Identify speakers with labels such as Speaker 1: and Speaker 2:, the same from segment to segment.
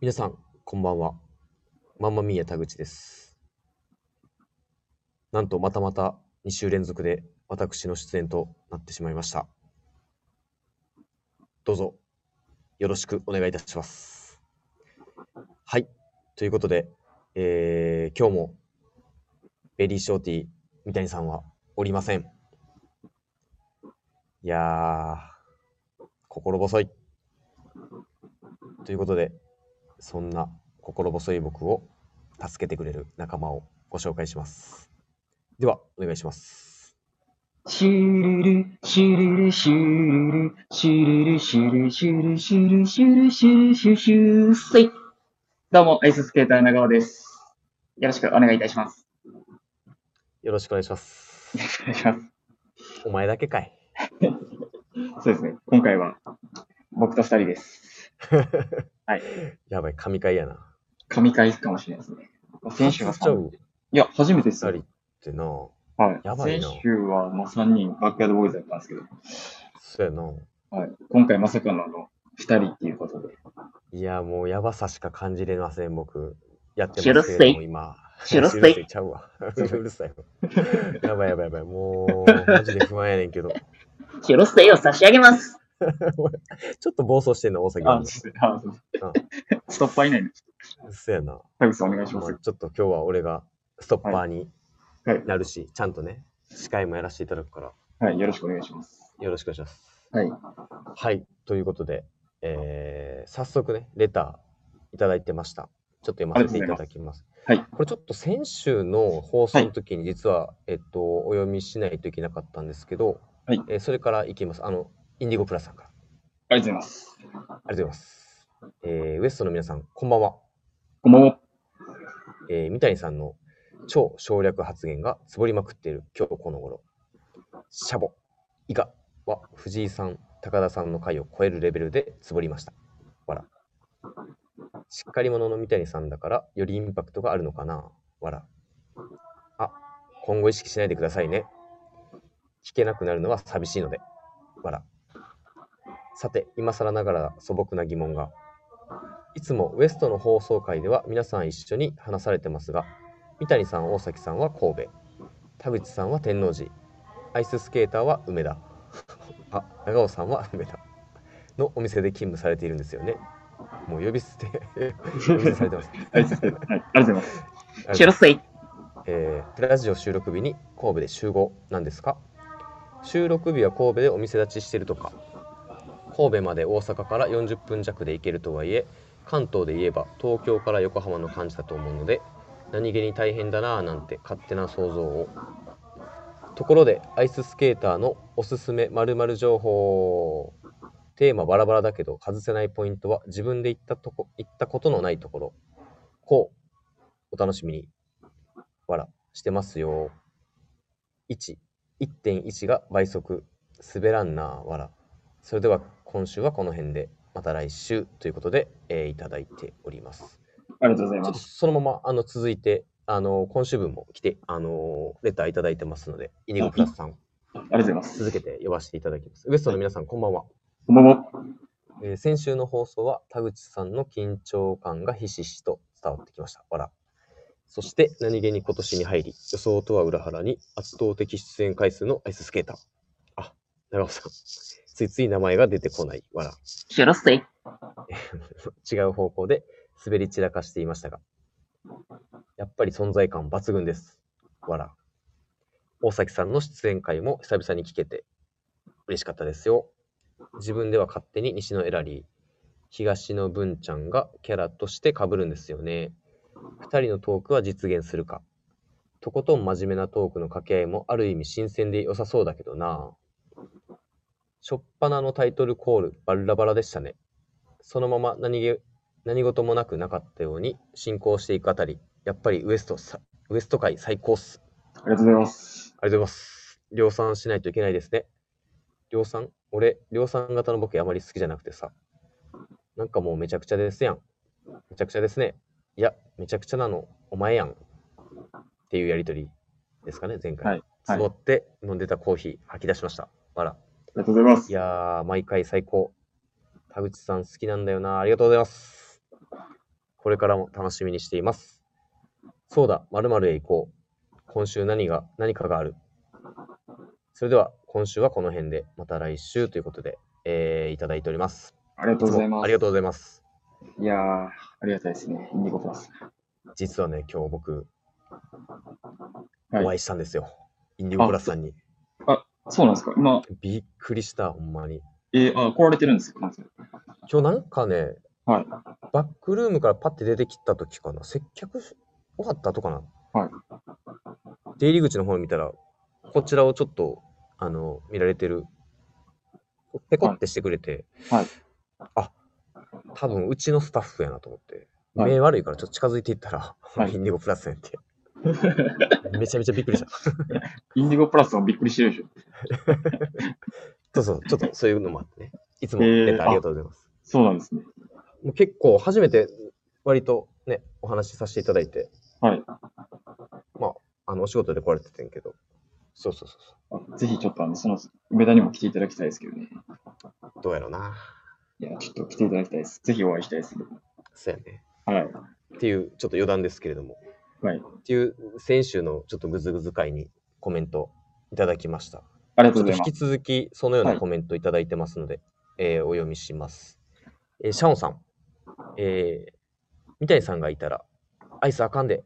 Speaker 1: 皆さん、こんばんは。マンマミーヤ田口です。なんとまたまた2週連続で私の出演となってしまいました。どうぞよろしくお願いいたします。はい、ということで、えー今日もベリーショーティー三谷さんはおりません。いやー、心細い。ということで、そんな心細い僕を助けてくれる仲間をご紹介します。では、お願いします。
Speaker 2: シュルル、シュルル、シュルル、シュルル、シュルル、シュルル、シュルル、シュルル、シュルル、シュルシュル、スイどうも、アイススケーター長尾です。よろしくお願いいたします。
Speaker 1: よろしくお願いします。
Speaker 2: お願いします。
Speaker 1: お前だけかい。
Speaker 2: そうですね、今回は僕と二人です。はい。
Speaker 1: やばい、神回やな。
Speaker 2: 神回かもしれないですね。先週は
Speaker 1: ちゃ
Speaker 2: 三
Speaker 1: う
Speaker 2: いや、初めてです
Speaker 1: 二
Speaker 2: よ
Speaker 1: 人。ってな。
Speaker 2: はい。
Speaker 1: やばいな
Speaker 2: 先週はもう三人、バックヤードボーイズだったんですけど、
Speaker 1: そうやな。
Speaker 2: はい。今回まさかのあの、二人っていうことで。
Speaker 1: いや、もうやばさしか感じれません、僕。やってます
Speaker 2: うるせえ
Speaker 1: けれども、今。
Speaker 2: うるせえ
Speaker 1: うちゃうわ。うるさいわ。やばいやばいやばい。もう、マジで不安やねんけど。
Speaker 2: キロステイを差し上げます。
Speaker 1: ちょっと暴走してんの、大崎
Speaker 2: あ、
Speaker 1: 君。
Speaker 2: ちょっとあそうストッパーいないんで
Speaker 1: そうやな。
Speaker 2: 田口さんお願いしま
Speaker 1: ますあ。ちょっと今日は俺がストッパーに
Speaker 2: はいはい
Speaker 1: なるし、ちゃんとね、司会もやらせていただくから、
Speaker 2: はい、よろしくお願いします。
Speaker 1: よろしくお願いします。
Speaker 2: はい。
Speaker 1: はい、ということで、えー早速ね、レターいただいてました。ちょっと読ませていただきます。
Speaker 2: ありが
Speaker 1: これちょっと先週の放送の時に実は、えっと、お読みしないといけなかったんですけど、
Speaker 2: はい
Speaker 1: えーそれからいきます。あの、インディゴプラスさんから。
Speaker 2: ありがとうございます。
Speaker 1: ありがとうございます。えーウエストの皆さん、こんばんは。
Speaker 2: こんばんは。
Speaker 1: えー三谷さんの超省略発言がつぼりまくっている今日この頃。シャボ、イカは藤井さん、高田さんの回を超えるレベルでつぼりました。わら。しっかり者の三谷さんだから、よりインパクトがあるのかな。わら。あ、今後意識しないでくださいね。聞けなくなるのは寂しいので。わら。さて、今更ながら素朴な疑問が。いつもウエストの放送会では皆さん一緒に話されてますが、三谷さん、大崎さんは神戸、田口さんは天王寺、アイススケーターは梅田、あ、長尾さんは梅田のお店で勤務されているんですよね。もう呼び捨て、呼び捨てされてます。
Speaker 2: ありがとうございます。ありがとうございます。
Speaker 1: シェ
Speaker 2: ロスイ。
Speaker 1: えーラジオ収録日に神戸で集合なんですか収録日は神戸でお店立ちしてるとか神戸まで大阪から40分弱で行けるとはいえ関東で言えば東京から横浜の感じだと思うので何気に大変だなぁなんて勝手な想像をところでアイススケーターのおすすめ〇〇情報テーマバラバラだけど外せないポイントは自分で行ったとこ行ったことのないところこうお楽しみにわらしてますよ。1、1.1が倍速、滑らんな、わら。それでは今週はこの辺で、また来週ということで、えーいただいております。
Speaker 2: ありがとうござ
Speaker 1: ちょ
Speaker 2: い
Speaker 1: っ
Speaker 2: ま
Speaker 1: と
Speaker 2: す。
Speaker 1: そのままあの続いて、あの今週分も来て、あのレターいただいてますので、イニゴプラスさん、
Speaker 2: ありがとうございます。
Speaker 1: 続けて呼ばせていただきます。ウエストの皆さん、こんばんは。
Speaker 2: こんばんは。
Speaker 1: えー先週の放送は田口さんの緊張感がひしひしと伝わってきました。わら。そして何気に今年に入り、予想とは裏腹に圧倒的出演回数のアイススケーター。あ、長尾さん。ついつい名前が出てこない。わら。
Speaker 2: シェロスイ。
Speaker 1: 違う方向で滑り散らかしていましたが、やっぱり存在感抜群です。わら。大崎さんの出演会も久々に聞けて嬉しかったですよ。自分では勝手に西のエラリー、東の文ちゃんがキャラとして被るんですよね。二人のトークは実現するか。とことん真面目なトークの掛け合いもある意味新鮮で良さそうだけどな。しょっぱなのタイトルコールバラバラでしたね。そのまま何げ何事もなくなかったように進行していくあたり、やっぱりウエストさ、ウエスト界最高っす。
Speaker 2: ありがとうございます。
Speaker 1: ありがとうございます。量産しないといけないですね。量産俺、量産型の僕あまり好きじゃなくてさ。なんかもうめちゃくちゃですやん。めちゃくちゃですね。いや、めちゃくちゃなの、お前やん。っていうやりとりですかね、前回。
Speaker 2: はいはい
Speaker 1: つぼって飲んでたコーヒー吐き出しました。あら。
Speaker 2: ありがとうございま
Speaker 1: い
Speaker 2: す。
Speaker 1: やー、毎回最高。田口さん好きなんだよな。ありがとうございます。これからも楽しみにしています。そうだ、まるへ行こう。今週何が、何かがある。それでは、今週はこの辺で、また来週ということで、えーいただいております。
Speaker 2: ありがとうござい
Speaker 1: つ
Speaker 2: ま
Speaker 1: も
Speaker 2: す。
Speaker 1: ありがとうございます。
Speaker 2: いやー、ありがたいですね。インディゴプラス。
Speaker 1: 実はね、今日僕、
Speaker 2: はい
Speaker 1: お会いしたんですよ。インディゴプラスさんに。
Speaker 2: そうなんですか今、
Speaker 1: びっくりした、ほんまに。
Speaker 2: えー、あ、来られてるんですか
Speaker 1: 今日なんかね、
Speaker 2: はい
Speaker 1: バックルームからパッて出てきた時かな、接客し終わった後かな。
Speaker 2: はい
Speaker 1: 出入り口の方を見たら、こちらをちょっと、あの、見られてる。ペコってしてくれて、
Speaker 2: はい
Speaker 1: あ、多分うちのスタッフやなと思って、
Speaker 2: はい
Speaker 1: 目悪いからちょっと近づいていったら、
Speaker 2: はい
Speaker 1: インディゴプラスやん って。めちゃめちゃびっくりした。
Speaker 2: インディゴプラスもびっくりしてるでしょ。
Speaker 1: そうそう、ちょっとそういうのもあってね。いつも
Speaker 2: えー
Speaker 1: レターありがとうございます。
Speaker 2: そうなんですね。
Speaker 1: もう結構初めて割とね、お話しさせていただいて、
Speaker 2: はい。
Speaker 1: まあ、あの、お仕事で来られててんけど、そうそうそうそ
Speaker 2: あぜひちょっとあの、その、梅田にも来ていただきたいですけどね。
Speaker 1: う、どうやろうな。
Speaker 2: いや、ちょっと来ていただきたいです。ぜひお会いしたいです。
Speaker 1: そうやね。
Speaker 2: はい。
Speaker 1: っていう、ちょっと余談ですけれども、
Speaker 2: はい。
Speaker 1: っていう、先週のちょっとグズグズ会にコメントいただきました。
Speaker 2: ありが
Speaker 1: ち
Speaker 2: と
Speaker 1: ょ
Speaker 2: う
Speaker 1: っと
Speaker 2: ござい
Speaker 1: 引
Speaker 2: ま
Speaker 1: き
Speaker 2: す。
Speaker 1: 続き、そのよう
Speaker 2: は
Speaker 1: ないコメントいただいてますので、えーお読みします。えーシャオンさん、えー、三谷さんがいたら、アイスあかんで、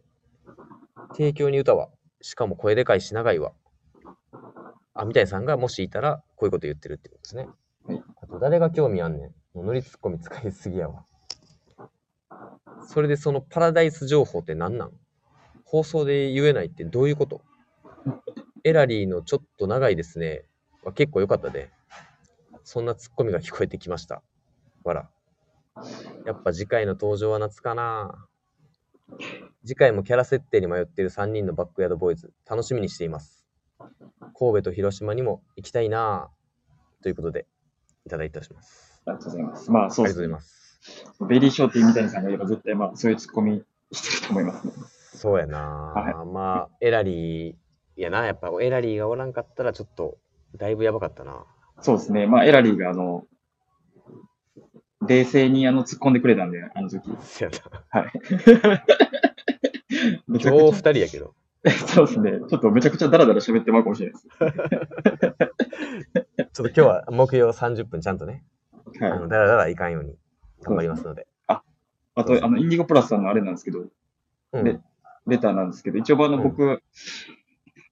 Speaker 1: 提供に歌は、しかも声でかいし長いわ。あ、三谷さんがもしいたら、こういうこと言ってるってことですね。
Speaker 2: はい
Speaker 1: あと、誰が興味あんねん。もう乗りツッコミ使いすぎやわ。それで、そのパラダイス情報って何なん放送で言えないってどういうことエラリーのちょっと長いですね。は結構良かったで、そんなツッコミが聞こえてきました。わら。やっぱ次回の登場は夏かな。次回もキャラ設定に迷っている3人のバックヤードボーイズ、楽しみにしています。神戸と広島にも行きたいなあということで、いただいております。
Speaker 2: ありがとうございます。まあ、
Speaker 1: あ
Speaker 2: そ
Speaker 1: り
Speaker 2: う
Speaker 1: がと
Speaker 2: で
Speaker 1: うご
Speaker 2: す
Speaker 1: ざいます。
Speaker 2: ね。ベリーショーティーみたいにさんがいれば絶対まあ、そういうツッコミしてると思いますね。
Speaker 1: そうやな、まあ、エラリー、やな、やっぱエラリーがおらんかったら、ちょっと、だいぶやばかったな。
Speaker 2: そうですね。まあ、エラリーがあの、冷静にあの、突っ込んでくれたんで、あの時。
Speaker 1: そやな。今日2
Speaker 2: めちゃくち
Speaker 1: 人やけど。
Speaker 2: ゃ、 そうですね。ちょっとめちゃくちゃダラダラ喋ってまうかもしれないです。
Speaker 1: ちょっと今日は目標30分ちゃんとね、あ
Speaker 2: はい
Speaker 1: の。だらだらいかんように頑張りますので。
Speaker 2: あと、あの、インディゴプラスさんのあれなんですけど、
Speaker 1: う
Speaker 2: ね
Speaker 1: ん、
Speaker 2: レターなんですけど、一応あの、
Speaker 1: うん
Speaker 2: 僕、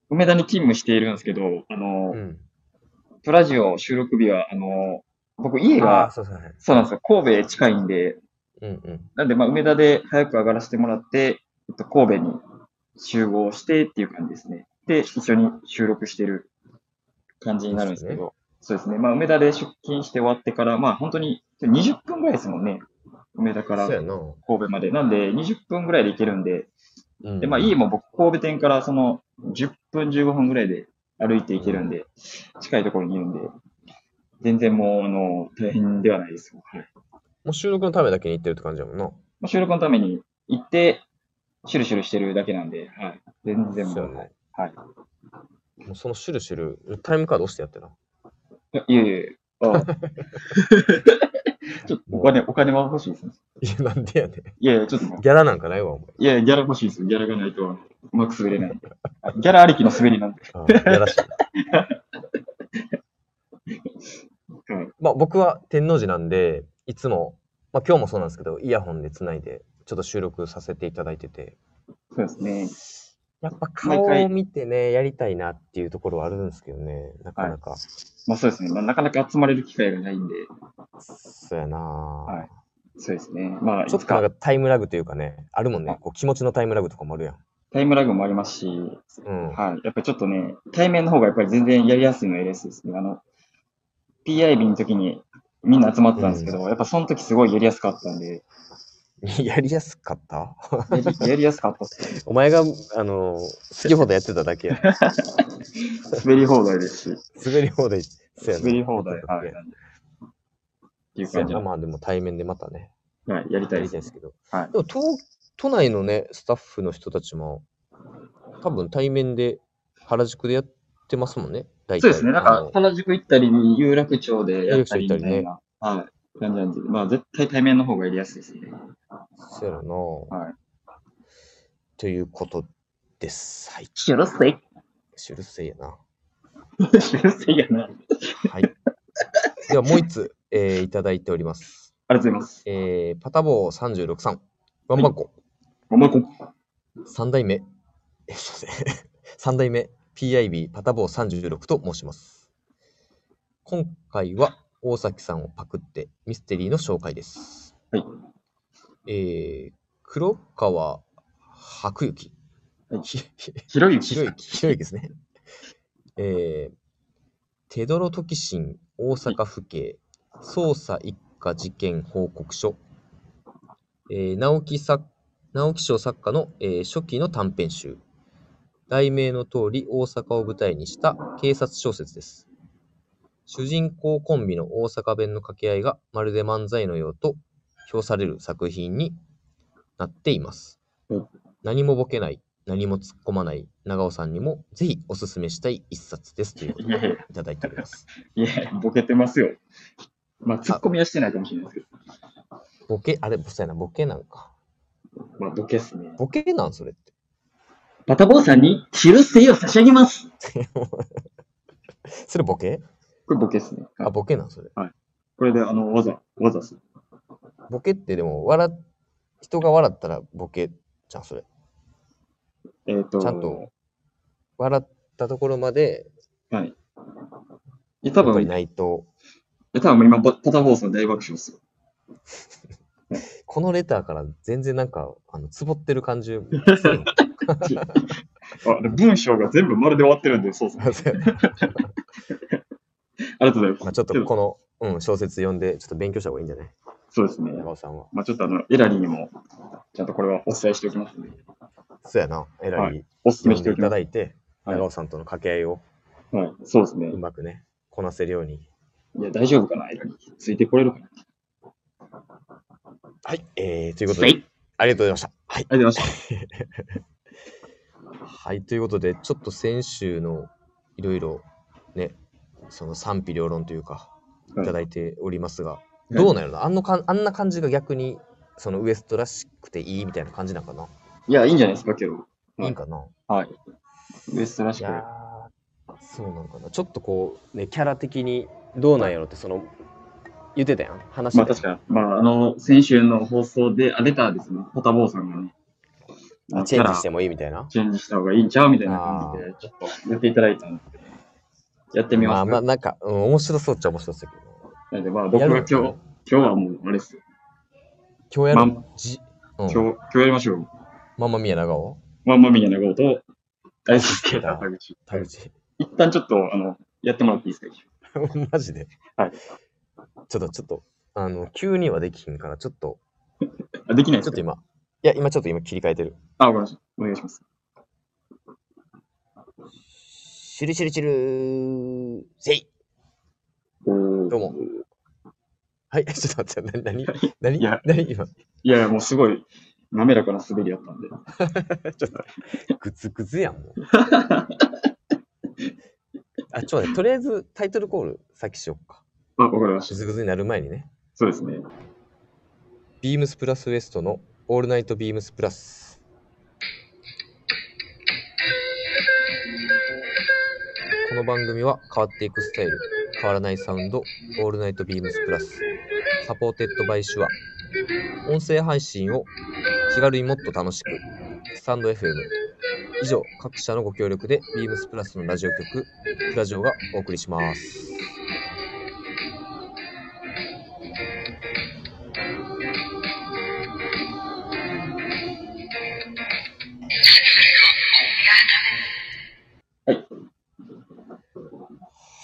Speaker 2: 梅田に勤務しているんですけど、あの、
Speaker 1: うん。
Speaker 2: プラジオ収録日は、あの、僕家
Speaker 1: ああ、
Speaker 2: が、
Speaker 1: そうそうはい。
Speaker 2: そうなんですよ、神戸近いんで、
Speaker 1: うんうん。
Speaker 2: なんで、まあ、梅田で早く上がらせてもらって、えっと、神戸に集合してっていう感じですね。で、一緒に収録してる感じになるんですけど、そうですね。まあ、梅田で出勤して終わってから、まあ、本当に20分ぐらいですもんね。梅田から
Speaker 1: そうや
Speaker 2: 神
Speaker 1: な。
Speaker 2: 戸まで。なんで、20分ぐらいで行けるんで、
Speaker 1: うん
Speaker 2: で、まあ、家も僕、神戸店からその10分、15分ぐらいで歩いて行けるんで、近いところにいるんで、全然もう、あの、大変ではないですよ。はい。
Speaker 1: もう収録のためだけに行ってるって感じやもんな。
Speaker 2: まあ、収録のために行って、シュルシュルしてるだけなんで、はい。全然
Speaker 1: そう
Speaker 2: も
Speaker 1: や
Speaker 2: う、
Speaker 1: ね。
Speaker 2: はい。
Speaker 1: もうそのシュルシュル、タイムカード押してやってな。
Speaker 2: いやいやいやいや、 ああちょっとお金、お金は欲しいですね。
Speaker 1: いや、なんでやねん
Speaker 2: いやいや、ちょっともう、
Speaker 1: ギャラなんかないわ、お前。
Speaker 2: いやいや、ギャラ欲しいですよ。ギャラがないと、うまく滑れないんで。あギャラありきの滑りなんで。
Speaker 1: あーやらしいな。
Speaker 2: はい。
Speaker 1: まあ僕は天王寺なんで、いつも、まあ今日もそうなんですけど、イヤホンでつないで、ちょっと収録させていただいてて、
Speaker 2: そうですね。
Speaker 1: やっぱ顔を見てね、やりたいなっていうところはあるんですけどね、なかなか。
Speaker 2: まあそうですね。まあ、なかなか集まれる機会がないんで、
Speaker 1: そうやな、
Speaker 2: いそうですね。まあ、
Speaker 1: ちょっとなんかタイムラグというかね、あるもんね、こう気持ちのタイムラグとかもあるやん。
Speaker 2: タイムラグもありますし、
Speaker 1: うん。
Speaker 2: はい。やっぱりちょっとね、対面の方がやっぱり全然やりやすいのはやりやすいですね。あの、PIB の時にみんな集まってたんですけど、やっぱその時すごいやりやすかったんで、
Speaker 1: やりやすかった
Speaker 2: やりやりやすかったっすね。
Speaker 1: お前が、あの、好き放題やってただけや。
Speaker 2: 滑り放題ですし、
Speaker 1: 滑り放題。そうやな
Speaker 2: 滑り放題、はい。
Speaker 1: そ
Speaker 2: なんでって
Speaker 1: う
Speaker 2: いう
Speaker 1: や
Speaker 2: 感じ
Speaker 1: な
Speaker 2: の、
Speaker 1: まあでも対面でまたね、
Speaker 2: はい、やりた
Speaker 1: や
Speaker 2: いで
Speaker 1: り
Speaker 2: す
Speaker 1: たいで。
Speaker 2: ね
Speaker 1: すけど。
Speaker 2: はい
Speaker 1: でも都、都内のね、スタッフの人たちも、多分対面で、原宿でやってますもんね、大体
Speaker 2: そうですね。なん
Speaker 1: あ
Speaker 2: か
Speaker 1: の、
Speaker 2: 原宿行ったり、有楽町でやったりみ
Speaker 1: 有楽町行ったたり
Speaker 2: い
Speaker 1: ね
Speaker 2: な。はい。感じなんで、まあ絶対対面の方がやりやすい ですね。
Speaker 1: そうやろな。
Speaker 2: はい。
Speaker 1: ということです。はい。
Speaker 2: シュルセ イ。
Speaker 1: シュルセイやな。
Speaker 2: シュルセイやな。あり
Speaker 1: はい。 では、もう一つ、えーいただいております。
Speaker 2: がとうございます。
Speaker 1: えーパタボー36さん。ワンバンコ。
Speaker 2: お前こん。
Speaker 1: 三代目。え、すいません。 三代目 PIB パタボー36と申します。今回は大崎さんをパクってミステリーの紹介です。
Speaker 2: はい。
Speaker 1: えー、黒川白雪。
Speaker 2: はい
Speaker 1: ひ
Speaker 2: ひろゆき
Speaker 1: ひろゆき、ひろゆきですね。えー、テドロトキシン大阪府警捜査一課事件報告書、えー直木作直木賞作家の、えー初期の短編集。題名の通り大阪を舞台にした警察小説です。主人公コンビの大阪弁の掛け合いがまるで漫才のようと評される作品になっています
Speaker 2: うん。
Speaker 1: 何もボケない、何も突っ込まない長尾さんにもぜひおすすめしたい一冊ですということ
Speaker 2: いやいや
Speaker 1: いただいております。
Speaker 2: いや、ボケてますよ。まあ、ツッコミはしてないかもしれないですけ
Speaker 1: ボケ、あれ、そうやな、ボケなんか。
Speaker 2: ど。まあ、ボケっすね。
Speaker 1: ボケなんそれって。
Speaker 2: バタボーさんに、シルセイを差し上げます。
Speaker 1: それボケ
Speaker 2: これボケっすね。
Speaker 1: あ、ボケなんそれ。
Speaker 2: これで、あの、わざ、わざっす。
Speaker 1: ボケってでも、笑っ、人が笑ったらボケじゃん、それ。
Speaker 2: えっ、と、
Speaker 1: ちゃんと。笑ったところまで、
Speaker 2: はい。いや、
Speaker 1: 多
Speaker 2: 多
Speaker 1: 分
Speaker 2: 分、
Speaker 1: ないと、
Speaker 2: え多分今、バタボーさん大爆笑っすよ。
Speaker 1: このレターから全然なんか、あの、つぼってる感 じ。せえへん
Speaker 2: あで文章が全部丸で終わってるんで、 そうっすね。ありがとうございます。
Speaker 1: まあちょっとこの、うん、小説読んで、ちょっと勉強した方がいいんじゃない
Speaker 2: そうですね。
Speaker 1: 長尾さんは。
Speaker 2: まあ、ちょっとあの、エラリーにも、ちゃんとこれはお伝えしておきますので、
Speaker 1: そうやな、えら
Speaker 2: はいお勧
Speaker 1: 読
Speaker 2: めし
Speaker 1: ん
Speaker 2: て
Speaker 1: で
Speaker 2: お
Speaker 1: い
Speaker 2: き
Speaker 1: た
Speaker 2: ます。
Speaker 1: だいて、
Speaker 2: はい
Speaker 1: 長尾さんとの掛け合いを
Speaker 2: はい、そうですね
Speaker 1: う。まくね、こなせるように。
Speaker 2: いや、大丈夫かな、エラリー。ついてこれるかな。
Speaker 1: はい、えー、ということ
Speaker 2: はい
Speaker 1: で、ありがとうございました。はい。
Speaker 2: ありがとうございまし
Speaker 1: はい、ということで、ちょっと先週のいろいろね、その賛否両論というか、
Speaker 2: はい
Speaker 1: いただいておりますが、
Speaker 2: い
Speaker 1: どうなんやろなあんのかんあんな感じが逆に、そのウエストらしくていいみたいな感じなんかな、
Speaker 2: た。いや、いいんじゃないですか、けど。はい
Speaker 1: いんかな
Speaker 2: はい。ウエストらし
Speaker 1: い
Speaker 2: く。
Speaker 1: やーそうなんかな。ちょっとこう、ね、キャラ的にどうなんやろって、その、言ってたやん、話して
Speaker 2: まあ
Speaker 1: たや
Speaker 2: 確か、まああの、先週の放送で、あ、出たですね、ポタボーさんがね、あ
Speaker 1: ん
Speaker 2: の
Speaker 1: チェンジ
Speaker 2: キャラ
Speaker 1: してもいいみたいな。
Speaker 2: チェンジした方がいいんちゃうみたいな感じで、ちょっとやっていただいたんですけど、やってみ
Speaker 1: ま
Speaker 2: ま
Speaker 1: あ
Speaker 2: す
Speaker 1: ま
Speaker 2: か。
Speaker 1: あ、なんか、うん、面白そうっちゃ面白そうだけど。
Speaker 2: なんで、まあ僕
Speaker 1: や
Speaker 2: が
Speaker 1: る
Speaker 2: 今
Speaker 1: の
Speaker 2: 日、今日はもう、あれですよ。
Speaker 1: 今日やる、
Speaker 2: ま
Speaker 1: のじうん、
Speaker 2: 今日、今日やりましょう。
Speaker 1: ママミヤ長尾
Speaker 2: まんまみやなことを、大好きな田口。
Speaker 1: 田口。
Speaker 2: 一旦ちょっと、あの、やってもらっていいですか。
Speaker 1: マジで。
Speaker 2: はい
Speaker 1: ちょっと、ちょっと、あの、急にはできひんから、ちょっと、
Speaker 2: あでき
Speaker 1: ち
Speaker 2: な
Speaker 1: ょっ
Speaker 2: いです
Speaker 1: と
Speaker 2: か
Speaker 1: 今、いや、今ちょっと今切り替えてる。
Speaker 2: あ、わかりました。お願いします。
Speaker 1: シュルシュルシュルー、せい
Speaker 2: おー
Speaker 1: どうも。はい、ちょっと待って、なに、なに、
Speaker 2: いや
Speaker 1: なに、今、ち
Speaker 2: いやいや、もうすごい、滑らかな滑りやったんで。
Speaker 1: ょっと、グツグツやん、も う。あ、ちょっと待って、とりあえずタイトルコール、さっきしよっか。
Speaker 2: あ、わかりまし
Speaker 1: グ
Speaker 2: た。
Speaker 1: ツグツになる前にね。
Speaker 2: そうですね。
Speaker 1: ビームスプラスウエストのオールナイトビームスプラス。この番組は変わっていくスタイル、変わらないサウンド、オールナイトビームスプラス。サポーテッドバイシュア。音声配信を気軽にもっと楽しく。スタンド FM。以上、各社のご協力で、ビームスプラスのラジオ局、プラジオがお送りします。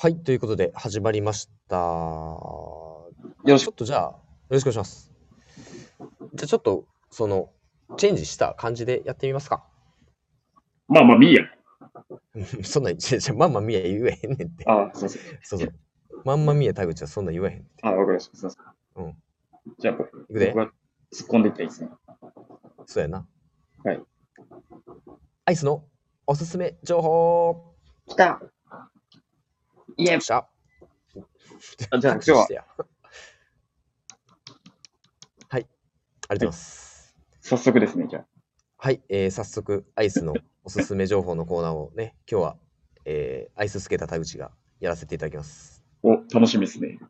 Speaker 1: はい、ということで始まりました。よ
Speaker 2: ろしく
Speaker 1: ちょっとじゃあ、よろしくお願いします。じゃあちょっと、その、チェンジした感じでやってみますか。
Speaker 2: まあまあ、いいや。
Speaker 1: そんな、じゃじゃまんまみや言えへんねんって。
Speaker 2: あ、すいません。
Speaker 1: そうそう。まんまみや田口はそんな言えへん。
Speaker 2: あ、わかりました。すいません。
Speaker 1: うん。
Speaker 2: じゃあ、僕
Speaker 1: いくで
Speaker 2: 僕が突っ込んでいったらいいですね。
Speaker 1: そうやな。
Speaker 2: はい。
Speaker 1: アイスのおすすめ情報
Speaker 2: 来たいや
Speaker 1: よっしゃ
Speaker 2: あじゃあ今日は
Speaker 1: 拍手してやありがとうございます。
Speaker 2: 早速ですね、じゃあ。
Speaker 1: はい、えー早速、アイスのおすすめ情報のコーナーをね、今日は、えーアイススケーター田口がやらせていただきます。
Speaker 2: お、楽しみですね。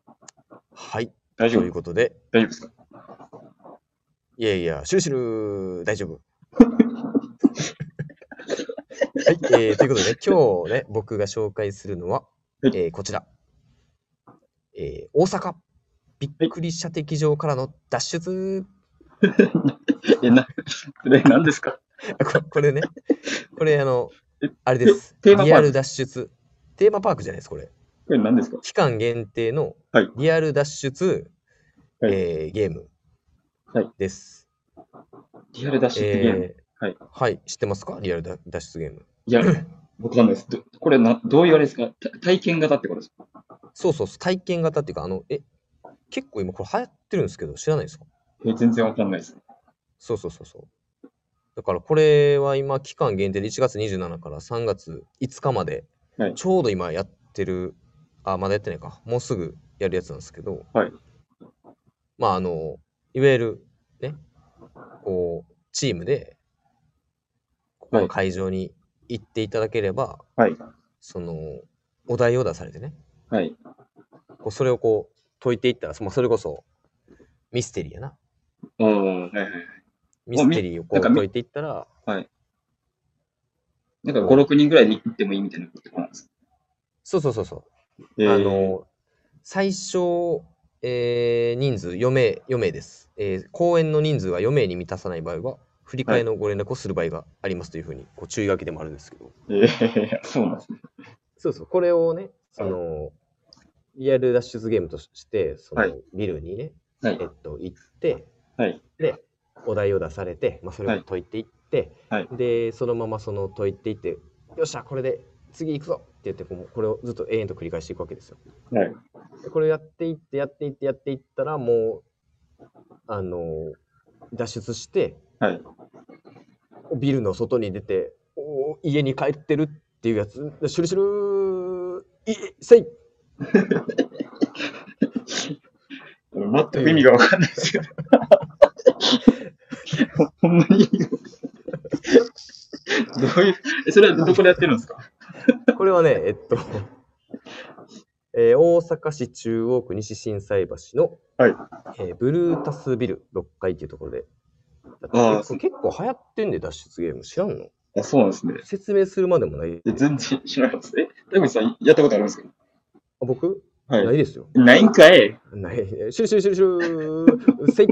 Speaker 1: はい、と
Speaker 2: 大丈夫
Speaker 1: いうことで、
Speaker 2: 大丈夫ですか
Speaker 1: いやいや、シュルシュル、大 丈夫。はい、えーということで、ね、今日ね、僕が紹介するのは、え
Speaker 2: い
Speaker 1: ーこちら、えー大阪びっくり射的場からの脱出、
Speaker 2: え、な、 え、何ですか
Speaker 1: あここれね、これあの
Speaker 2: え、
Speaker 1: あれです、
Speaker 2: テテーマパーク
Speaker 1: リアル脱出、テーマパークじゃないです、これ。
Speaker 2: これ何ですか
Speaker 1: 期間限定の
Speaker 2: はい
Speaker 1: リアル脱出、
Speaker 2: はい
Speaker 1: えーゲーム
Speaker 2: はい
Speaker 1: です。
Speaker 2: リアル脱出ゲーム。
Speaker 1: えー
Speaker 2: はい
Speaker 1: 知ってますかリアルだ脱出ゲーム。
Speaker 2: いや、わかんないです。どこれな、どういうあれですかた体験型ってことですか
Speaker 1: そうそうそう、体験型っていうか、あの、え、結構今これ流行ってるんですけど、知らないですか
Speaker 2: えー全然わかんないです。
Speaker 1: そうそうそうそう。だからこれは今、期間限定で1月27から3月5日まで、
Speaker 2: はい
Speaker 1: ちょうど今やってる、あ、まだやってないか、もうすぐやるやつなんですけど、
Speaker 2: はい
Speaker 1: まあ、あの、いわゆる、ね、こう、チームで、ここ
Speaker 2: は
Speaker 1: の
Speaker 2: い
Speaker 1: 会場に行っていただければ、
Speaker 2: はい。
Speaker 1: その、お題を出されてね、
Speaker 2: はい。
Speaker 1: こうそれをこう解いていったら、そまあそれこそミステリーやな。
Speaker 2: ああ、はいはいはい。
Speaker 1: ミステリーをこ
Speaker 2: なん
Speaker 1: う
Speaker 2: かみ
Speaker 1: 解いていったら、
Speaker 2: なんか5、6人ぐらいに行ってもいいみたいなことなんですか
Speaker 1: そうそうそうそう。
Speaker 2: えー
Speaker 1: あの、最小、えー人数4名、4名です。えー公演の人数が4名に満たさない場合は、振り替えのご連絡をする場合がありますというふうに、こう注意書きでもあるんですけど。
Speaker 2: えー、そうなんですね。
Speaker 1: そうそう、これをね、その、リアル脱出ゲームとして、その、
Speaker 2: はい
Speaker 1: ビルにね、
Speaker 2: はい
Speaker 1: えっ。と、行って、
Speaker 2: はい。
Speaker 1: で、お題を出されて、まあ、それを解いていって、
Speaker 2: はい
Speaker 1: で、そのままその解いていって、よっしゃ、これで次行くぞって言って、こうこれをずっと永遠と繰り返していくわけですよ。
Speaker 2: はい。
Speaker 1: でこれをやっていって、やっていって、やっていったら、もう、あの、脱出して、
Speaker 2: はい。
Speaker 1: ビルの外に出て、おー家に帰ってるっていうやつ、シュルシュルいせい
Speaker 2: 全く意味がわかんないですけど。 ほんまに意味がわかんない。どういう、えそれはどこでやってるんですか
Speaker 1: これはね、えっと、 えー大阪市中央区西心斎橋の、
Speaker 2: はい
Speaker 1: えーブルータスビル6階っていうところで。
Speaker 2: ああ
Speaker 1: 結構結構流行ってんで、脱出ゲーム。知らんの
Speaker 2: あそうなんですね。
Speaker 1: 説明するまでもない。
Speaker 2: え全然知らないです。え、田口さん、やったことあるんですか
Speaker 1: あ僕、
Speaker 2: は。
Speaker 1: ないいですよ。
Speaker 2: ないんかい。
Speaker 1: ない。シュルシュルシュルシュル、 せい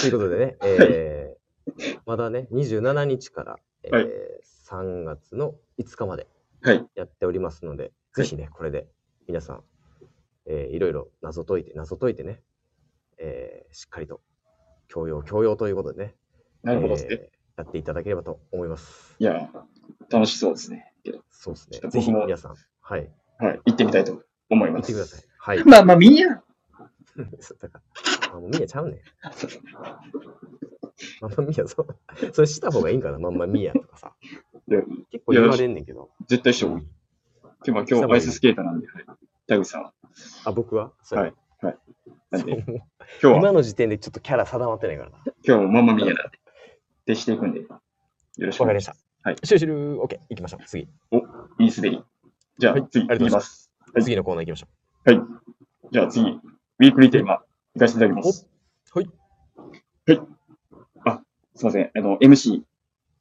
Speaker 1: ということでね、えーまだね、27日から、えー
Speaker 2: はい
Speaker 1: 3月の5日まで
Speaker 2: はい
Speaker 1: やっておりますので、ぜひね、これで皆さん、えーいろいろ謎解いて、謎解いてね、えーしっかりと教養、教養ということでね、
Speaker 2: なるほどです
Speaker 1: え
Speaker 2: ね。
Speaker 1: ーやっていただければと思います。
Speaker 2: いや、楽しそうですね。けど
Speaker 1: そうです
Speaker 2: ちょっと
Speaker 1: ね。
Speaker 2: 僕
Speaker 1: ぜひ
Speaker 2: も
Speaker 1: 皆さん、はい、
Speaker 2: はい。行ってみたいと思い
Speaker 1: 見
Speaker 2: ま
Speaker 1: て
Speaker 2: す。
Speaker 1: ください。 はい。
Speaker 2: まあまあ、みんな。
Speaker 1: そうだから、ママミヤちゃ うねん。ママミヤ、そそれした方がいいんかな、ママミヤとかさ。
Speaker 2: いや
Speaker 1: 結構言われんねんけど。
Speaker 2: 絶対してもいい。今日、今日、アイススケーターなんで、はい。田口さんは。
Speaker 1: あ、僕はそうや
Speaker 2: なんで、
Speaker 1: そう
Speaker 2: 今日は
Speaker 1: 今、の時点でちょっとキャラ定まってないからな。
Speaker 2: 今日、ママミヤなんで、でしていくんで、よろしくお
Speaker 1: わかり
Speaker 2: 願い
Speaker 1: ま
Speaker 2: し
Speaker 1: し
Speaker 2: ま
Speaker 1: た
Speaker 2: す。。はい。
Speaker 1: シュルシュル、オッケー、行きましょう。次。
Speaker 2: いいすでに。じゃあ、
Speaker 1: はい
Speaker 2: 次、
Speaker 1: ありがとうございま
Speaker 2: ます。はい
Speaker 1: 次のコーナー行きましょ
Speaker 2: じゃあ、次、ウィークリーテーマ、いかせていただきます。
Speaker 1: おはい。
Speaker 2: はい。あ、すいません。あの、MC、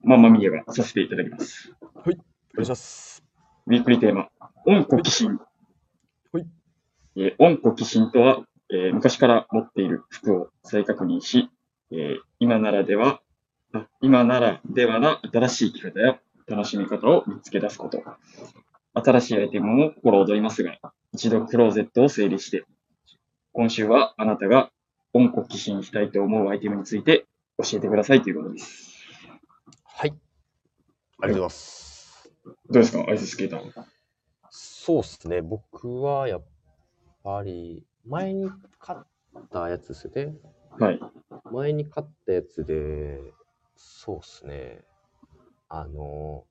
Speaker 2: ママミヤがさせていただきます。
Speaker 1: う。お願いします。
Speaker 2: ウィークリーテーマ、温故寄進。
Speaker 1: はい
Speaker 2: えー温故寄進とは、えー昔から持っている服を再確認し、えー今ならでは、あ今ならではな新しい着方や楽しみ方を見つけ出すこと。新しいアイテムも心躍りますが、一度クローゼットを整理して、今週はあなたが温故寄進したいと思うアイテムについて教えてくださいということです。
Speaker 1: はい。ありがとうございます。
Speaker 2: どうですかアイススケーター。
Speaker 1: そうっすね、僕はやっぱり、前に買ったやつですよね。
Speaker 2: はい。
Speaker 1: 前に買ったやつで、そうっすね。あの、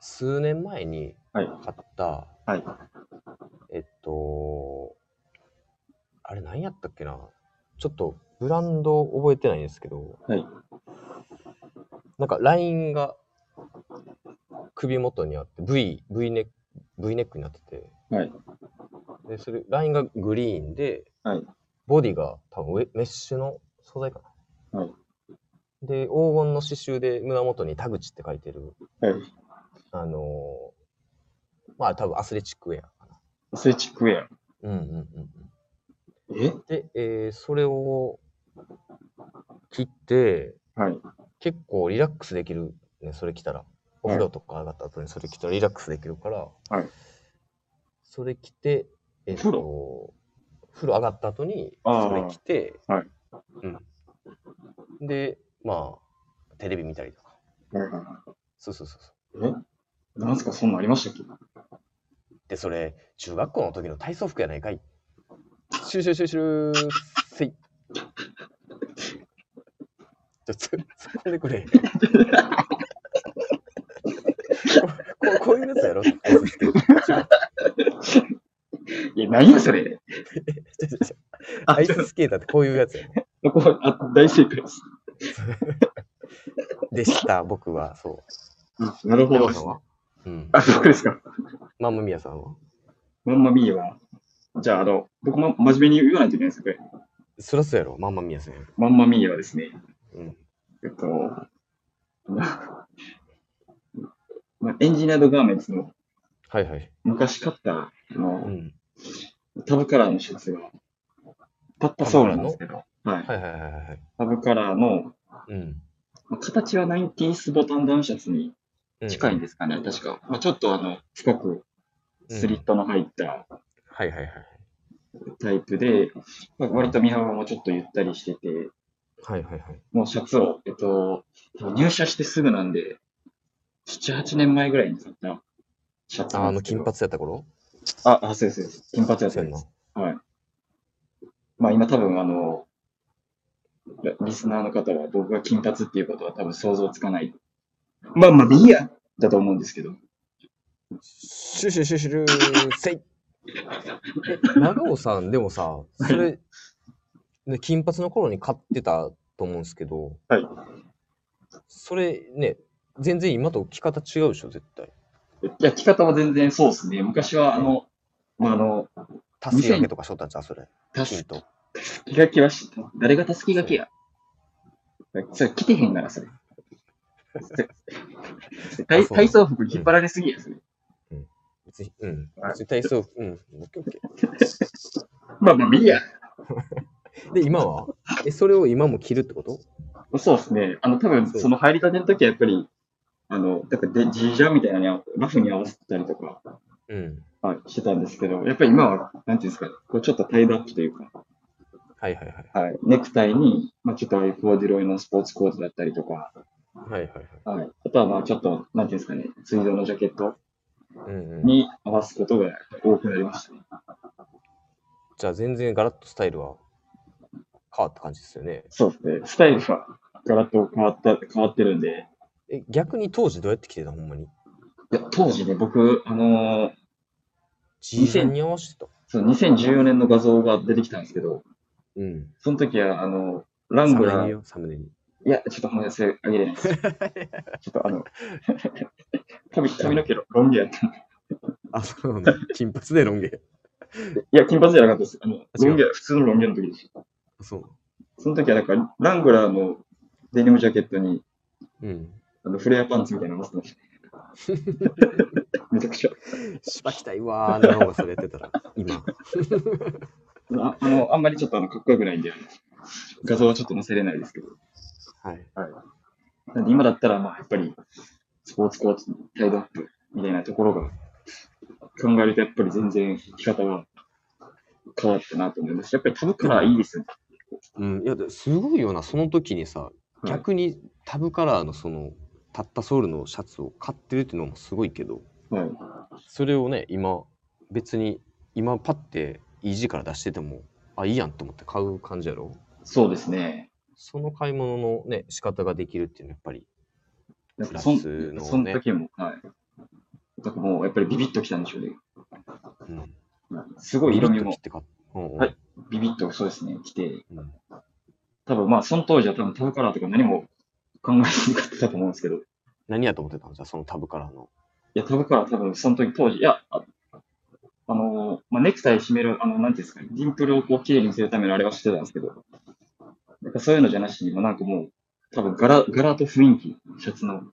Speaker 1: 数年前に
Speaker 2: はい
Speaker 1: 買った、
Speaker 2: はい。
Speaker 1: えっと、あれ何何やったっけなちょっとブランド覚えてないんですけど、
Speaker 2: はい
Speaker 1: なんかラインが首元にあって V, v, ネ v ネックになってて、
Speaker 2: はい
Speaker 1: でそれラインがグリーンで、
Speaker 2: はい
Speaker 1: ボディが多分ウェメッシュの素材かな、
Speaker 2: はい
Speaker 1: で黄金の刺繍で胸元に田口って書いてる
Speaker 2: はい。
Speaker 1: あのーまあ多分アスレチックウェアか
Speaker 2: アスレチックウェア。
Speaker 1: な。うんうんうんうん。
Speaker 2: え
Speaker 1: で、えーそれを切って、
Speaker 2: はい。
Speaker 1: 結構リラックスできる、ね、それ着たら。お風呂とか上がった後にそれ着たらリラックスできるから、
Speaker 2: はい
Speaker 1: それ着て、えっ、
Speaker 2: お風
Speaker 1: と、風呂上がった後に
Speaker 2: あー
Speaker 1: それ着て、
Speaker 2: はい
Speaker 1: うん、で、まあ、テレビ見たりとか。
Speaker 2: はいはいは
Speaker 1: そうそうそうそう。
Speaker 2: い。えなんすかそんなんありましたっけ
Speaker 1: で、それ、中学校の時の体操服やないかい。シュシュシュシュー、せい。ちょ、つ、突っ込んでくれへん。こここういうやつやろ体操服
Speaker 2: いや、何やそれ。
Speaker 1: ちょちょちょ
Speaker 2: あ
Speaker 1: アイススケーターってこういうやつやろ
Speaker 2: そこはあ大正解です。
Speaker 1: でした、僕は。そう。
Speaker 2: なるほ
Speaker 1: 山
Speaker 2: ど
Speaker 1: さ。んはうん。
Speaker 2: あ、そうですか。
Speaker 1: マンマミヤさんは
Speaker 2: マンマミーは。じゃあ、あの、僕も真面目に言わないといけないですよね。
Speaker 1: そらそうやろマンマミヤさんやろ。
Speaker 2: マンマミーはですね、
Speaker 1: うん。
Speaker 2: えっと、まあ、エンジニアードガーメンツの
Speaker 1: はいはい。
Speaker 2: 昔買った、あ
Speaker 1: う
Speaker 2: の、
Speaker 1: ん。
Speaker 2: タブカラーのシャツが、たったそうなんですけど、はい。
Speaker 1: はいはいはいはい。
Speaker 2: タブカラーの、
Speaker 1: うん。
Speaker 2: まあ形はナインティースボタンダウンシャツに
Speaker 1: うん
Speaker 2: 近いんですかね、確か。まあ、ちょっとあの、深くスリットの入った
Speaker 1: はいはいはい。
Speaker 2: タイプで、まあ、割と身幅もちょっとゆったりしてて、
Speaker 1: はいはいはい。
Speaker 2: もうシャツを、えっと、多分入社してすぐなんで、7、8年前ぐらいに買ったシャツ
Speaker 1: あ
Speaker 2: な
Speaker 1: あ
Speaker 2: んで
Speaker 1: の、
Speaker 2: すけ
Speaker 1: 金
Speaker 2: ど。
Speaker 1: 髪やった頃
Speaker 2: あ、あ、そうです、そうです。金髪やつ
Speaker 1: せん
Speaker 2: で
Speaker 1: の
Speaker 2: す。はい。まあ今多分あの、リリスナーの方は僕が金髪っていうことは多分想像つかない。まあまあ、いいやだと思うんですけど。
Speaker 1: シュシュシュシュルーせいえ長尾さんでもさそれ、ね、金髪の頃に買ってたと思うんですけど、
Speaker 2: はい
Speaker 1: それね全然今と着方違うでしょ絶対
Speaker 2: いや、着方は全然そうですね。昔はあの、まああの、
Speaker 1: たすき掛けとかしょったんちゃうそれ金
Speaker 2: たす
Speaker 1: と
Speaker 2: きがけはし、誰がたすきがけや。それ着てへんなら、それ。体体操服に引っ張られすぎや、それ。
Speaker 1: 別にうん
Speaker 2: はい
Speaker 1: 別に体操うんオッケーオッケ
Speaker 2: まあまあ、いいや。
Speaker 1: ーで今はえそれを今も着るってこと
Speaker 2: そうですね。あの、多分
Speaker 1: そう
Speaker 2: その入りたての時はやっぱり、あの、だからで、ジージャーみたいなのに合ラフに合わせたりとか、
Speaker 1: うん
Speaker 2: はい、してたんですけど、やっぱり今は、なんていうんですか、こうちょっとタイドアップというか、
Speaker 1: はいはいはい
Speaker 2: はい、ネクタイに、まあ、ちょっとああいうコーデュロイのスポーツコートだったりとか、
Speaker 1: はいはいはい
Speaker 2: はい、あとはまあちょっと、なんていうんですかね、ツイードのジャケット
Speaker 1: うん、うん、
Speaker 2: に合わすことが多くなりましたね。
Speaker 1: じゃあ全然ガラッとスタイルは変わった感じですよね
Speaker 2: そうですね。スタイルはガラッと変わった、変わってるんで、
Speaker 1: え逆に当時どうやって着てたほんまに
Speaker 2: いや当時ね、僕、あのー
Speaker 1: 自然に合わせてた
Speaker 2: その2014年の画像が出てきたんですけど、
Speaker 1: うん。
Speaker 2: その時は、あの、ラン
Speaker 1: サム
Speaker 2: グ
Speaker 1: ネ
Speaker 2: ラ
Speaker 1: に
Speaker 2: ー、
Speaker 1: よ、サムネに。
Speaker 2: いや、ちょっと話せあげれないです。 ちょっとあ の、髪髪の毛ロン毛やったんで。
Speaker 1: あ、そうなんだ。金髪でロン毛。
Speaker 2: いや、金髪じゃなかったです。あの、
Speaker 1: 違う
Speaker 2: ロン毛、普通のロン毛の時でした。
Speaker 1: そ
Speaker 2: その時は、なんか、ラングラーのデニムジャケットに、
Speaker 1: う。うん。
Speaker 2: あの、フレアパンツみたいなの合わせてま した。めちゃくちゃ。
Speaker 1: しばきたいわー、な方がそれやってたら、今。
Speaker 2: ああの、あんまりちょっとあの、かっこよくないんで、画像はちょっと載せれないですけど。
Speaker 1: はい。
Speaker 2: なんで今だったら、まあ、やっぱり、スポーツコーチのタイドアップみたいなところが、考えるとやっぱり全然生き方が変わったなと思います。やっぱりタブカラーいいですよね。
Speaker 1: うん。いや、ですごいよな、その時にさ、
Speaker 2: い
Speaker 1: 逆にタブカラーのその、たったソールのシャツを買ってるっていうのもすごいけど、
Speaker 2: はい。
Speaker 1: それをね、今、別に、今パッて EG から出してても、あ、いいやんと思って買う感じやろ
Speaker 2: そうですね。
Speaker 1: その買い物のね、仕方ができるっていうのはやっぱり、
Speaker 2: やっぱそん
Speaker 1: プラスのね
Speaker 2: その時も、はい。だからもうやっぱりビビッときたんでしょうね。
Speaker 1: うん。
Speaker 2: すごい色味
Speaker 1: ビビッと
Speaker 2: も
Speaker 1: 切っ、て買っうんうん
Speaker 2: はいビビッとそうですね、来て、
Speaker 1: うん
Speaker 2: 多分まあ、その当時は多分タブカラーとか何も考えてなかったと思うんですけど、い
Speaker 1: 何やと思ってたのじゃあ、そのタブからの。
Speaker 2: や、タブカラー多分その時当時、いや、ああのー、まあ、ネクタイ締める、あの、なんていうんですかね、ディンプルをこう、綺麗にするためのあれはしてたんですけど、なんかそういうのじゃなしに、まあ、なんかもう、多分柄、柄と雰囲気、シャツの、やっ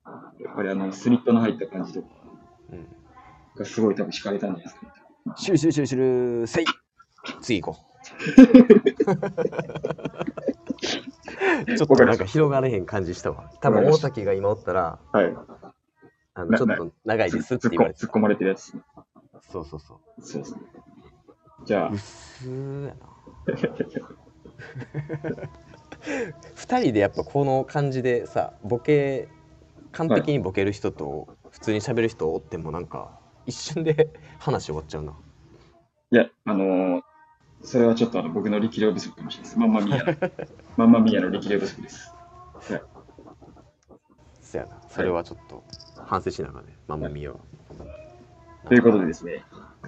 Speaker 2: ぱりあの、スリットの入った感じとか
Speaker 1: うん。
Speaker 2: がすごい多分惹かれたんじゃないですか、ね。
Speaker 1: シュルシュルシュルシュル、せい次行こう。ちょっとなんか広がれへん感じしたわ。多分大崎が今おったら、
Speaker 2: はい。
Speaker 1: あのちょっと長いですって言われて
Speaker 2: 突っ込まれてるやつ。
Speaker 1: そうそうそ
Speaker 2: そうですね。じゃ
Speaker 1: う。
Speaker 2: あ、
Speaker 1: 薄ーやな。二人でやっぱこの感じでさ、ボケ、完璧にボケる人と普通に喋る人おってもなんか、一瞬で話終わっちゃうな。
Speaker 2: いや、あのーそれはちょっとあの僕の力量不足かもしれないです。マンマミアの、 マンマミアの力量不足です。
Speaker 1: そやな。それはちょっと反省しながらね、まあまあ見よう。
Speaker 2: ということでですね、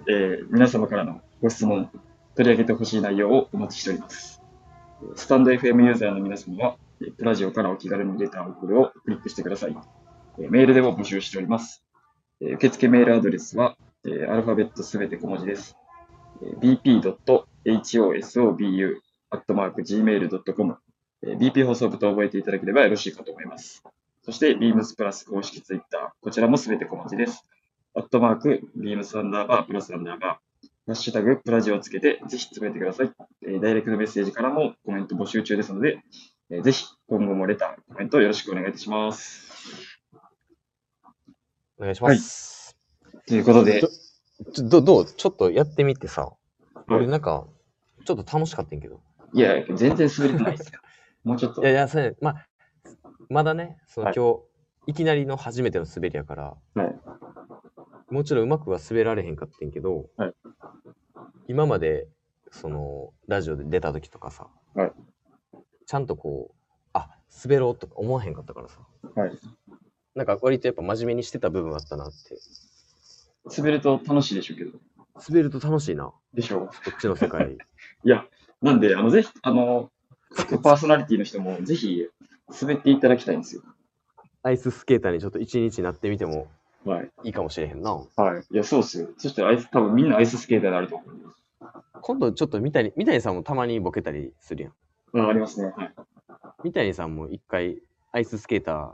Speaker 2: えー皆様からのご質問、取り上げてほしい内容をお待ちしております。スタンド FM ユーザーの皆様は、えープラジオからお気軽にレターを送るをクリックしてください。えーメールでも募集しております。えー受付メールアドレスは、えーアルファベットすべて小文字です。bp.hosobu.gmail.com、えー bp 放送部と覚えていただければよろしいかと思います。そして、beams プラス公式ツイッター、こちらもすべて小文字です。アットマーク、ビームスアンダーバー、プラスアンダーバー、ハッシュタグ、プラジオをつけて、ぜひつぶやいてください、えーダイレクトメッセージからもコメント募集中ですので、えーぜひ今後もレター、コメントよろしくお願いいたします。
Speaker 1: お願いします。
Speaker 2: ということで
Speaker 1: ちょ、ちょどどうちょっとやってみてさ、
Speaker 2: い
Speaker 1: 俺なんか、ちょっと楽しかったんやけど。
Speaker 2: いや、全然滑れてないですよ。 もうちょっと
Speaker 1: いや。いや、それ、まあ、まだね、その
Speaker 2: はい
Speaker 1: 今日、い、きなりの初めての滑りやから、
Speaker 2: は
Speaker 1: もちろんうまくは滑られへんかってんけど、
Speaker 2: はい
Speaker 1: 今まで、その、ラジオで出た時とかさ、
Speaker 2: はい
Speaker 1: ちゃんとこう、あ、滑ろうとか思わへんかったからさ、
Speaker 2: はい
Speaker 1: なんか割とやっぱ真面目にしてた部分あったなって。
Speaker 2: 滑ると楽しいでしょうけど。
Speaker 1: 滑ると楽しいな、こ
Speaker 2: でしょう。
Speaker 1: っちの世 界。
Speaker 2: いや、なんで、あの、ぜひ、あの、各パーソナリティの人も、ぜひ、滑っていただきたいんですよ。
Speaker 1: アイススケーターにちょっと一日なってみても
Speaker 2: はい。
Speaker 1: いいかもしれへんな。
Speaker 2: はい。いや、そうっすよ。そして、アイス、多分みんなアイススケーターであると思うんです。
Speaker 1: 今度ちょっと三谷、三谷さんもたまにボケたりするやん。
Speaker 2: うん、ありますね。はい。
Speaker 1: 三谷さんも一回アイススケーター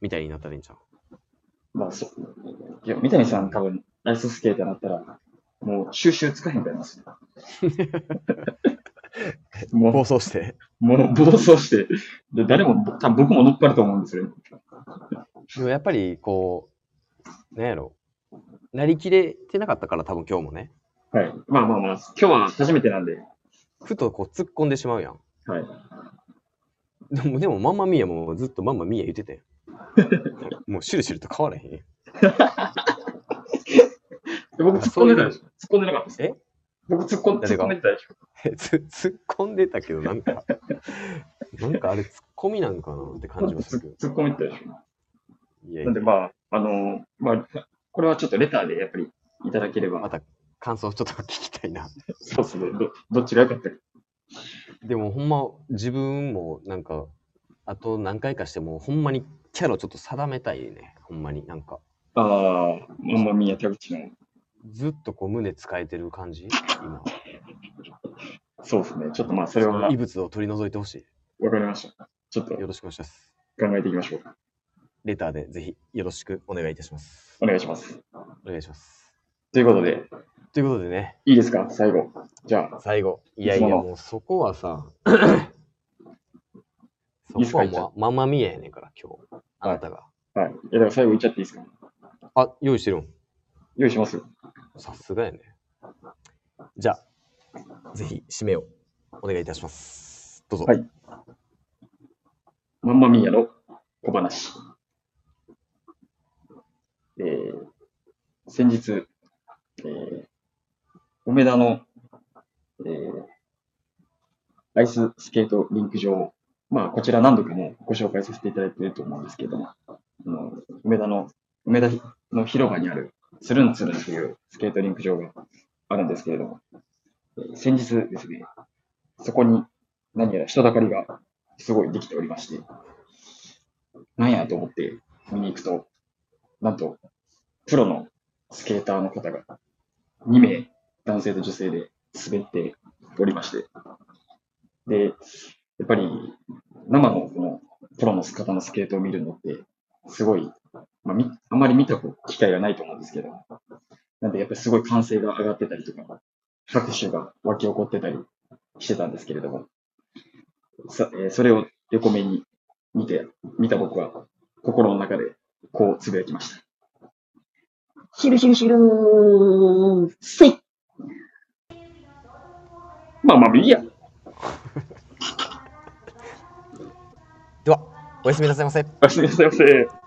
Speaker 1: みたいになったらいいんじゃん。
Speaker 2: まあそう。いや、三谷さん多分、アイススケーターだったら、もう収集つかへんからなすも
Speaker 1: 走して。
Speaker 2: う、もう暴走して、で誰も、多分僕も乗っかると思うんですよね。
Speaker 1: でもやっぱりこう、なんやろ。なりきれてなかったから多分今日もね。
Speaker 2: はい。まあまあまあ、今日は初めてなんで、
Speaker 1: ふとこう突っ込んでしまうやん。
Speaker 2: はい。
Speaker 1: でも、でもマンマミーヤもずっとマンマミーヤ言ってて。もうシュルシュルと変わらへんやん。
Speaker 2: で僕突っ込んでたでしょ突っ込んでなかったです。
Speaker 1: え
Speaker 2: 僕突っ込ん突
Speaker 1: 誰
Speaker 2: っ
Speaker 1: が
Speaker 2: 込んでたでしょ
Speaker 1: つ突っ込んでたけどなんか、なんかあれ突っ込みなんかなって感じもするけ ど。
Speaker 2: 突っ込んでたでしょ
Speaker 1: いやい
Speaker 2: な
Speaker 1: や
Speaker 2: んでまあ、あのまあ、これはちょっとレターでやっぱりいただけれ
Speaker 1: ま
Speaker 2: ば、
Speaker 1: た感想ちょっと聞きたいな。
Speaker 2: そうですね。どどっちが良かったか。
Speaker 1: でもほんま自分もなんかあと何回かしてもうほんまにキャラをちょっと定めたいねほんまになんか
Speaker 2: ああ、まあまあ、宮田口の。
Speaker 1: ずっとこう胸使えてる感じ今
Speaker 2: そうですね。ちょっとまあ、それは。
Speaker 1: 異物を取り除いてほし
Speaker 2: わかりました。ちょっと
Speaker 1: いよろしくお願いします
Speaker 2: 考えていきましょう。
Speaker 1: レターでぜひよろしくお願いいたします
Speaker 2: お願いします。
Speaker 1: お願いします
Speaker 2: ということで、
Speaker 1: ということでね
Speaker 2: いいですか最後。じゃあ、
Speaker 1: 最後いやいや
Speaker 2: いつもの
Speaker 1: もうそこは さそ
Speaker 2: いいっす
Speaker 1: こ
Speaker 2: か
Speaker 1: はもうママミエやねんから今日あなたが、
Speaker 2: はい。え、だから最後いっちゃっていいですか
Speaker 1: あ用意してるもん
Speaker 2: 用意します。
Speaker 1: さすがやね。じゃあ、ぜひ締めをお願いいたします。どうぞ。
Speaker 2: はいまんまみーやの小話。えー、先日、えー、梅田の、えー、アイススケートリンク場、まあ、こちら何度かもご紹介させていただいていると思うんですけれども、あの梅田の、梅田の広場にある、つるんつるんというスケートリンク場があるんですけれども、先日ですね、そこに何やら人だかりがすごいできておりまして、なんやと思って見に行くと、なんと、プロのスケーターの方が2名、男性と女性で滑っておりまして、で、やっぱり生のこのプロの方のスケートを見るのって、すごい、まあ、みあまり見た機会がないと思うんですけど、なんでやっぱりすごい歓声が上がってたりとか、拍手が湧き起こってたりしてたんですけれども、さえーそれを横目に見て、見た僕は心の中でこうつぶやきました。シルシルシルーせいまあまあ、いいや。
Speaker 1: では、おやすみなさいませ。
Speaker 2: おやすみなさいませ。